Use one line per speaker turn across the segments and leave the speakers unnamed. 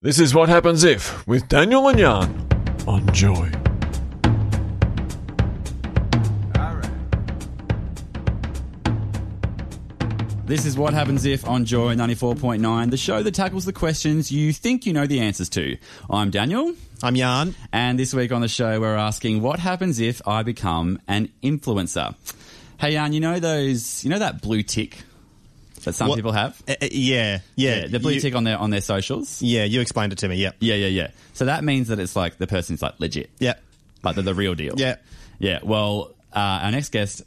This is What Happens If with Daniel and Jan on Joy.
This is What Happens If on Joy 94.9, the show that tackles the questions you think you know the answers to. I'm Daniel,
I'm Jan.
and this week on the show we're asking what happens if I become an influencer? Hey Jan, you know those, you know that blue tick that some
What-
people have?
Uh, uh, yeah, yeah.
the blue
you,
tick on their on their socials.
Yeah, you explained it to me. Yeah,
Yeah, yeah, yeah. So that means that it's like the person's like legit.
yeah.
Like they're the real deal.
Yeah.
Yeah. Well, uh, our next guest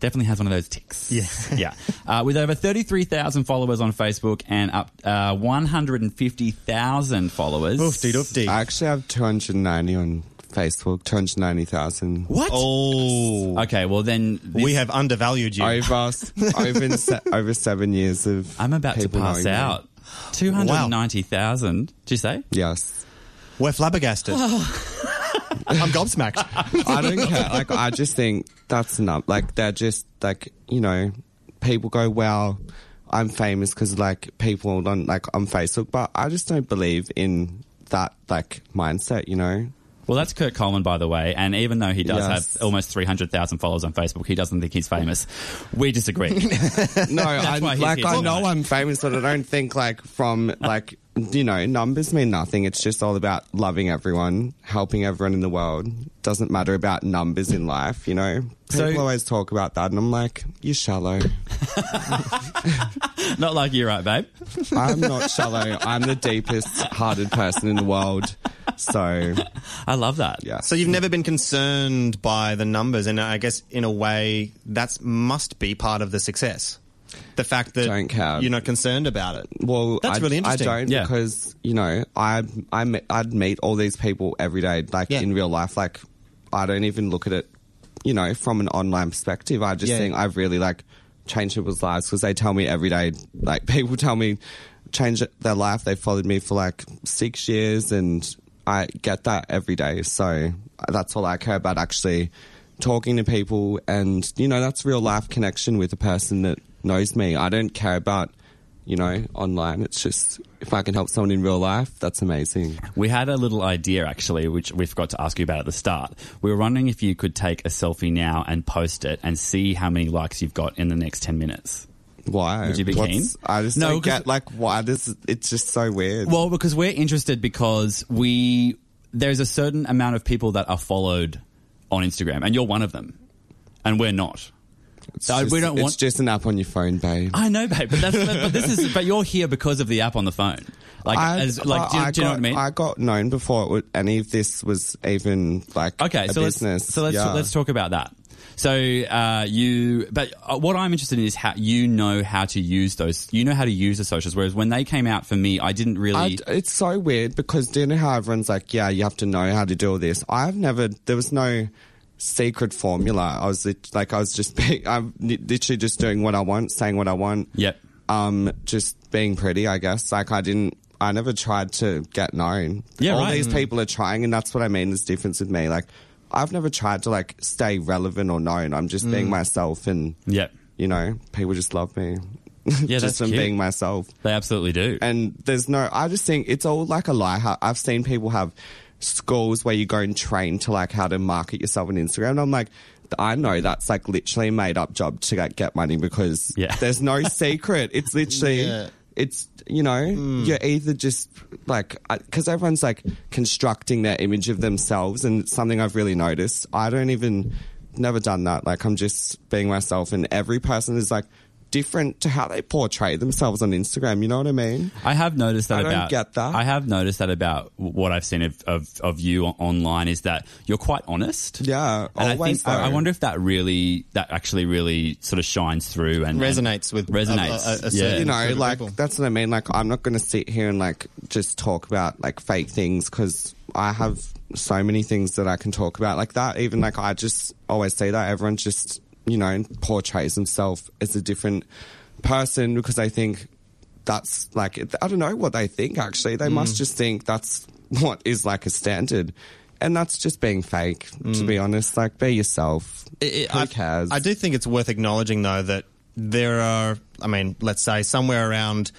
definitely has one of those ticks.
Yeah.
yeah. Uh, with over 33,000 followers on Facebook and up uh, 150,000 followers.
Oofty doofty.
I actually have 290 on Facebook, 290,000.
What?
Oh,
Okay, well then. this-
we have undervalued you.
Over, s- over, se- over seven years of.
I'm about to
people
pass
knowing me.
out. 290,000. Did you say?
Yes.
We're flabbergasted.
Oh.
I'm gobsmacked.
I don't care. Like, I just think that's enough. Like, they're just, like, you know, people go, well, I'm famous because, like, people on, like, on Facebook, but I just don't believe in that, like, mindset, you know?
Well, that's Kurt Coleman, by the way. And even though he does
Yes.
have almost 300,000 followers on Facebook, he doesn't think he's famous. We disagree.
No, I,
why he's
like
here
I
tonight.
know I'm famous, but I don't think like from like you know numbers mean nothing. It's just all about loving everyone, helping everyone in the world. Doesn't matter about numbers in life, you know.
So-
People always talk about that, and I'm like, you're shallow.
Not like you, right, babe?
I'm not shallow. I'm the deepest-hearted person in the world. So
I love that.
yeah.
So you've never been concerned by the numbers, and I guess in a way that's must be part of the success. The fact that
Don't care.
you're not concerned about it.
Well,
That's
I,
really interesting.
I don't
Yeah.
because you know I I me- I'd meet all these people every day, like
Yeah.
in real life. Like I don't even look at it, you know, from an online perspective. I just
Yeah.
think I've really like changed people's lives because they tell me every day. Like people tell me change their life. They followed me for like six years, and I get that every day. So that's all I care about. Actually, talking to people, and you know, that's real life connection with a person that knows me. I don't care about you know, online. It's just if I can help someone in real life, that's amazing.
We had a little idea actually, which we forgot to ask you about at the start. We were wondering if you could take a selfie now and post it and see how many likes you've got in the next 10 minutes.
Why?
Would you be keen?
I just
No,
don't
'cause-
get like why this. It's just so weird.
Well, because we're interested because we, there's a certain amount of people that are followed on Instagram and you're one of them and we're not.
it's
I- we
just,
don't
it's
want-
just an app on your phone, babe.
I know, babe, but that's, but this is, but you're here because of the app on the phone. Like, as, like, do, you-
I
do you know
got-
what I mean?
I got known before it would, any of this was even like
Okay,
a
so let's,
business.
so let's
Yeah.
let's talk about that. So uh, you, but uh, what I'm interested in is how you know how to use those. You know how to use the socials, whereas when they came out for me, I didn't
I
really.
d- it's so weird because do you know how everyone's like, yeah, you have to know how to do all this. I've never, there was no secret formula. I was lit- like, I was just, being, I'm li- literally just doing what I want, saying what I want.
Yep.
Um, just being pretty, I guess. Like I didn't, I never tried to get known.
Yeah,
all
right.
these
Mm.
people are trying, and that's what I mean. Is difference with me, like I've never tried to like stay relevant or known. I'm just
Mm.
being myself, and
Yep.
you know, people just love me.
Yeah, that's
just from
cute.
being myself
They absolutely do.
and there's no i just think it's all like a lie How- i've seen people have schools where you go and train to like how to market yourself on instagram and i'm like i know that's like literally a made up job to like get money because
Yeah.
there's no secret it's literally
Yeah.
It's you know you're either just like because everyone's like constructing their image of themselves and it's something I've really noticed I don't even never done that like I'm just being myself and every person is like different to how they portray themselves on Instagram you know what I mean
I have noticed that
I don't
about.
get that.
I have noticed that about w- what I've seen of, of, of you o- online is that you're quite honest.
Yeah,
and I
always
think I, I
so.
wonder if that really that actually really sort of shines through and and-
Resonates with
resonates.
a- a- a certain-
yeah.
you know,
Sort of
like
people.
that's what I mean. Like, I'm not going to sit here and like just talk about like fake things because I have so many things that I can talk about like that. Even like I just always say that everyone just you know portrays himself as a different person because I think that's like I don't know what they think actually. They must
Mm.
just think that's what is like a standard. And that's just being fake, to be honest. Like, be yourself.
Mm. It- it-
Who
I,
cares?
I do think it's worth acknowledging, though, that there are, I mean, let's say somewhere around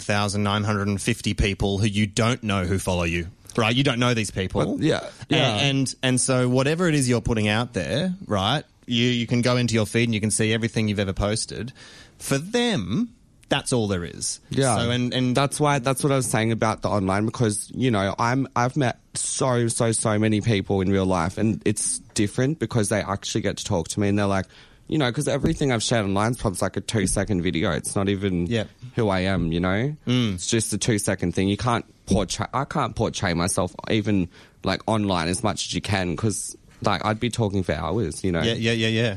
299,950 people who you don't know who follow you. Right, you don't know these people.
But- yeah, yeah.
And, and and so whatever it is you're putting out there, right? You you can go into your feed and you can see everything you've ever posted. For them, that's all there is.
Yeah.
So and and
that's why that's what I was saying about the online because you know I'm I've met so so so many people in real life and it's different because they actually get to talk to me and they're like you know because everything I've shared online is probably like a two second video it's not even
Yeah.
who I am you know mm. it's just a two second thing you can't portray I can't portray myself even like online as much as you can because like I'd be talking for hours you know
yeah, yeah, yeah, yeah.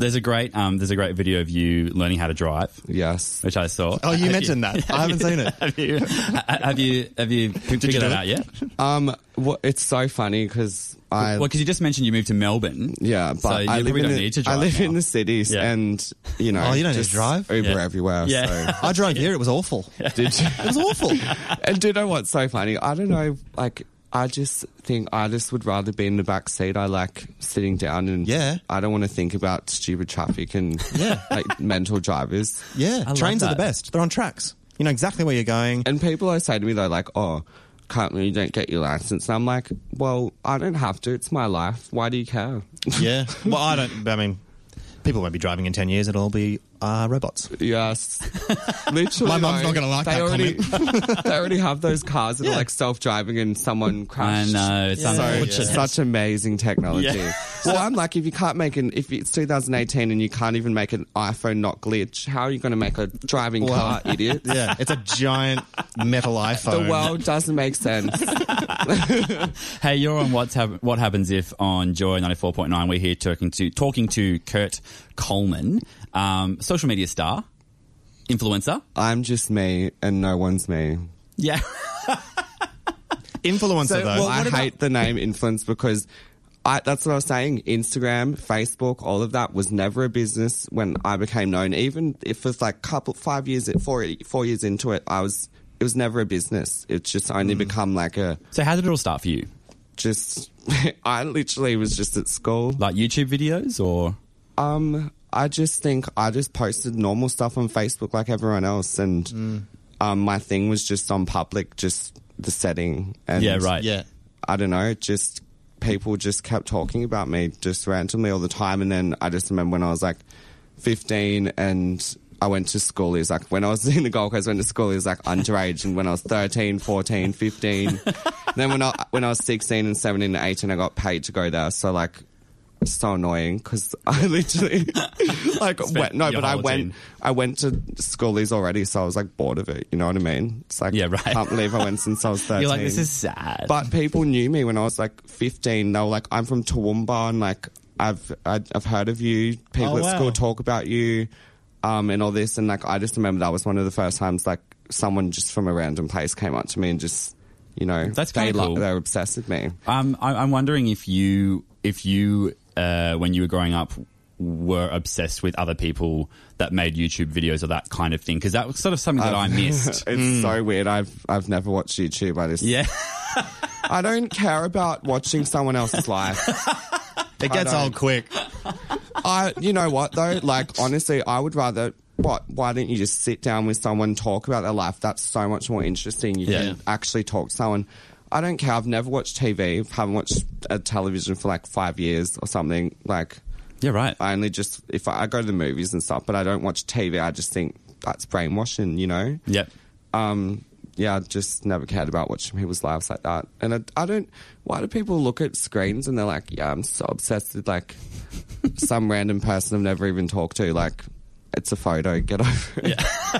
There's a great um, there's a great video of you learning how to drive,
yes
which I saw.
Oh, you
Have
mentioned that. I haven't seen it.
Have you have you have you figured
you do
that
it?
out yet?
um wha- it's so funny because I
Well, because you just mentioned you moved to Melbourne.
Yeah, but
so you
I live
probably
in
don't
the,
need to drive.
I live in
now.
the cities,
Yeah.
and you know,
Oh, you don't need to
just
drive?
Uber
Yeah.
everywhere.
Yeah.
So.
I drove here. It was awful.
Did you?
It was awful.
and do you know what's so funny? I don't know. Like, I just think I just would rather be in the back seat. I like sitting down and
Yeah.
I don't want to think about stupid traffic and
Yeah.
like mental drivers.
Yeah,
I love
trains are the
that.
best. They're on tracks. You know exactly where you're going.
And people always say to me though, like, oh. Can't you don't get your license? And I'm like, well, I don't have to. It's my life. Why do you care?
Yeah. Well, I don't. I mean, people won't be driving in ten years. It'll all be uh, robots.
Yes, literally.
My mum's not gonna like
they
that
already, they already have those cars that
Yeah.
are like self-driving, and someone
I
crashed.
know. It's
So
unfortunate.
it's such amazing technology.
Yeah.
Well, I'm like, if you can't make an, if it's 2018 and you can't even make an iPhone not glitch, how are you going to make a driving
Well,
car, idiot?
Yeah, it's a giant metal
The
iPhone.
world doesn't make sense.
Hey, you're on what's hap- what happens if on Joy ninety four point nine. We're here talking to talking to Kurt Coleman, um, social media star, influencer.
I'm just me, and no one's me.
Yeah,
influencer
So,
though.
well,
I
what about-
hate Uh, the name influence because I, that's what I was saying. Instagram, Facebook, all of that was never a business when I became known. Even if it's like couple five years, four four years into it, I was. It was never a business. It's just only
Mm.
become like a
So how did it all start for you?
just. I literally was just at school.
Like YouTube videos or
Um, I just think I just posted normal stuff on Facebook like everyone else, and
Mm.
um, my thing was just on public, just the setting. And
yeah, right.
yeah.
I don't know, just people just kept talking about me just randomly all the time. And then I just remember when I was like 15 and I went to school, it was like when I was in the Gold Coast, I went to school, it was like underage. And when I was 13, 14, 15, then when I, when I was 16 and 17 and 18, I got paid to go there. So like, it's so annoying because I literally like went, no,
your
but I
whole
went
teen.
I went to schoolies already, so I was like bored of it. You know what I mean? It's like
Yeah, right.
I can't believe I went since I was thirteen.
You're like this is sad.
But people knew me when I was like 15. They were like, I'm from Toowoomba and like, I've, I- I've heard of you. People
Oh,
at
wow.
school talk about you, um, and all this. And like, I just remember that was one of the first times like someone just from a random place came up to me and just, you know,
That's
they,
kinda
lo-
cool.
they were obsessed with me.
Um, I, I'm wondering if you, if you, uh, when you were growing up, were obsessed with other people that made YouTube videos or that kind of thing, because that was sort of something that I
It's
missed.
so weird. I've, I've never watched YouTube. I just,
Hmm. yeah,
I don't care about watching someone else's life.
It gets
don't-
old quick.
I, you know what though? Like, honestly, I would rather. What? Why don't you just sit down with someone, talk about their life? That's so much more interesting. You
Yeah.
can actually talk to someone. I don't care. I've never watched TV. I haven't watched a television for like five years or something. Like,
yeah, right.
I only just if I, I go to the movies and stuff, but I don't watch TV. I just think that's brainwashing. You know?
Yep.
um, yeah, I just never cared about watching people's lives like that. And I, I don't. Why do people look at screens and they're like, "Yeah, I'm so obsessed with like some random person I've never even talked to." Like, it's a photo. Get over it.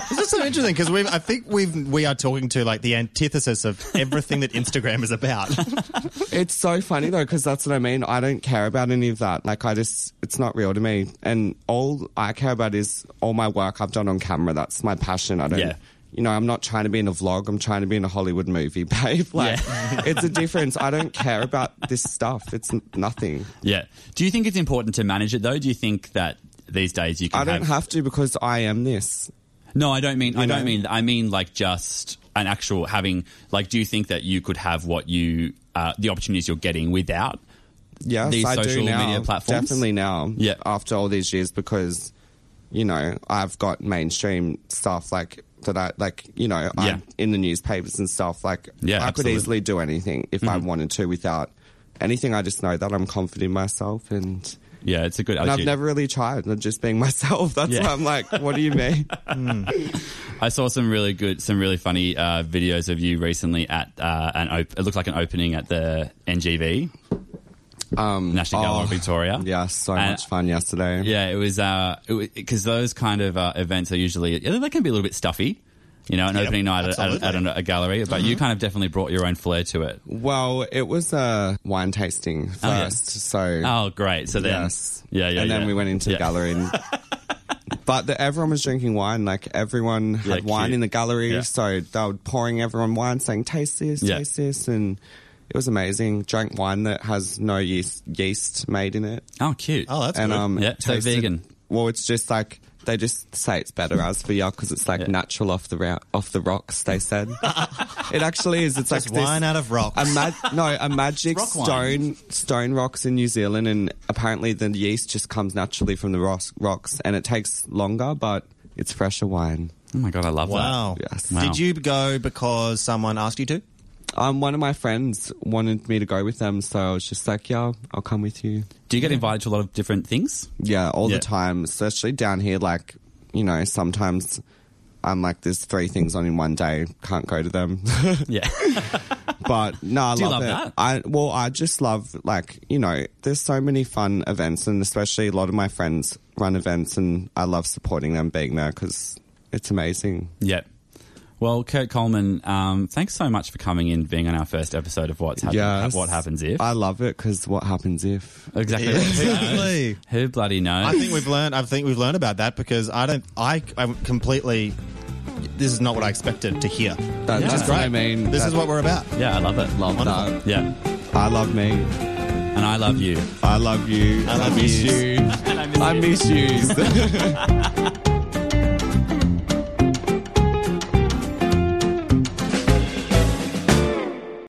This is so interesting because we I think we have we are talking to like the antithesis of everything that Instagram is about.
It's so funny though, because that's what I mean. I don't care about any of that. Like, I just, it's not real to me. And all I care about is all my work I've done on camera. That's my passion. I don't.
Yeah.
You know, I'm not trying to be in a vlog. I'm trying to be in a Hollywood movie, babe. Like, it's a difference. I don't care about this stuff. It's n- nothing.
Yeah. Do you think it's important to manage it though? Do you think that these days you can?
I don't have to because I am this.
No, I don't mean. I don't
know?
mean. I mean like just an actual having. Like, do you think that you could have what you, uh, the opportunities you're getting without?
Yes,
These
I do
social
now.
media platforms?
Definitely now.
Yeah.
After all these years, because you know I've got mainstream stuff like that I like, you know, I'm
Yeah.
in the newspapers and stuff. Like,
Yeah, absolutely.
I
Mm-hmm.
could easily do anything if I wanted to without anything. I just know that I'm confident in myself and.
Yeah, it's a good
And
attitude.
I've never really tried I'm just being myself. That's
Yeah.
why I'm like, what do you mean?
I saw some really good, some really funny uh, videos of you recently at uh, an. Op- it looked like an opening at the NGV,
Um,
National Gallery
oh,
of Victoria.
Yeah, so
And-
much fun yesterday.
Uh, Yeah, it was because those kind of uh, events are usually yeah, they can be a little bit stuffy, you know, an opening night at, at, at
absolutely.
a, a gallery. But
Mm-hmm.
you kind of definitely brought your own flair to it.
Well, it was a wine tasting first,
yeah.
so
Oh, great! So then,
yes,
yeah, yeah,
and then
yeah.
we went into
Yeah.
the gallery. And, but the, everyone was drinking wine. Like everyone
Yeah,
had wine
cute.
in the gallery,
Yeah.
so they were pouring everyone wine, saying "Taste this,
Yeah.
taste this," and it was amazing. Drank wine that has no yeast yeast made in it.
Oh, cute.
Oh, that's
and
good.
um,
Yeah, so vegan.
Well, it's just like they just say it's better as for you because it's like
Yeah.
natural off the ra- off the rocks. They said it actually is. It's
Just
like this-
wine out of rocks.
a ma- no, a magic
Rock wine.
stone stone rocks in New Zealand, and apparently the yeast just comes naturally from the ros- rocks, and it takes longer, but it's fresher wine.
Oh my god, I love
wow.
that.
Yes.
Wow.
Did you go because someone asked you to?
Um, one of my friends wanted me to go with them, so I was just like, "Yeah, I'll come with you."
Do you get invited to a lot of different things?
Yeah, all
Yeah.
the time, especially down here. Like, you know, sometimes I'm like, there's three things on in one day, can't go to them.
Yeah.
but no, I
Do you
love,
love
it.
that?
I well, I just love like you know, there's so many fun events, and especially a lot of my friends run events, and I love supporting them being there because it's amazing.
Yep. Well, Kurt Coleman, um, thanks so much for coming in, being on our first episode of What's Happen-
Yes.
What Happens If.
I love it because what happens if?
exactly.
Exactly.
Who bloody knows?
I think we've learned. I think we've learned about that because I don't. I I'm completely. This is not what I expected to hear.
That-
Which
that's
is
what
great.
I mean.
this
That-
is what we're about.
yeah, I love it.
Love
Wonderful.
that.
Yeah.
I love me.
And I love you.
I love you.
I love
miss
yous.
you. I miss you.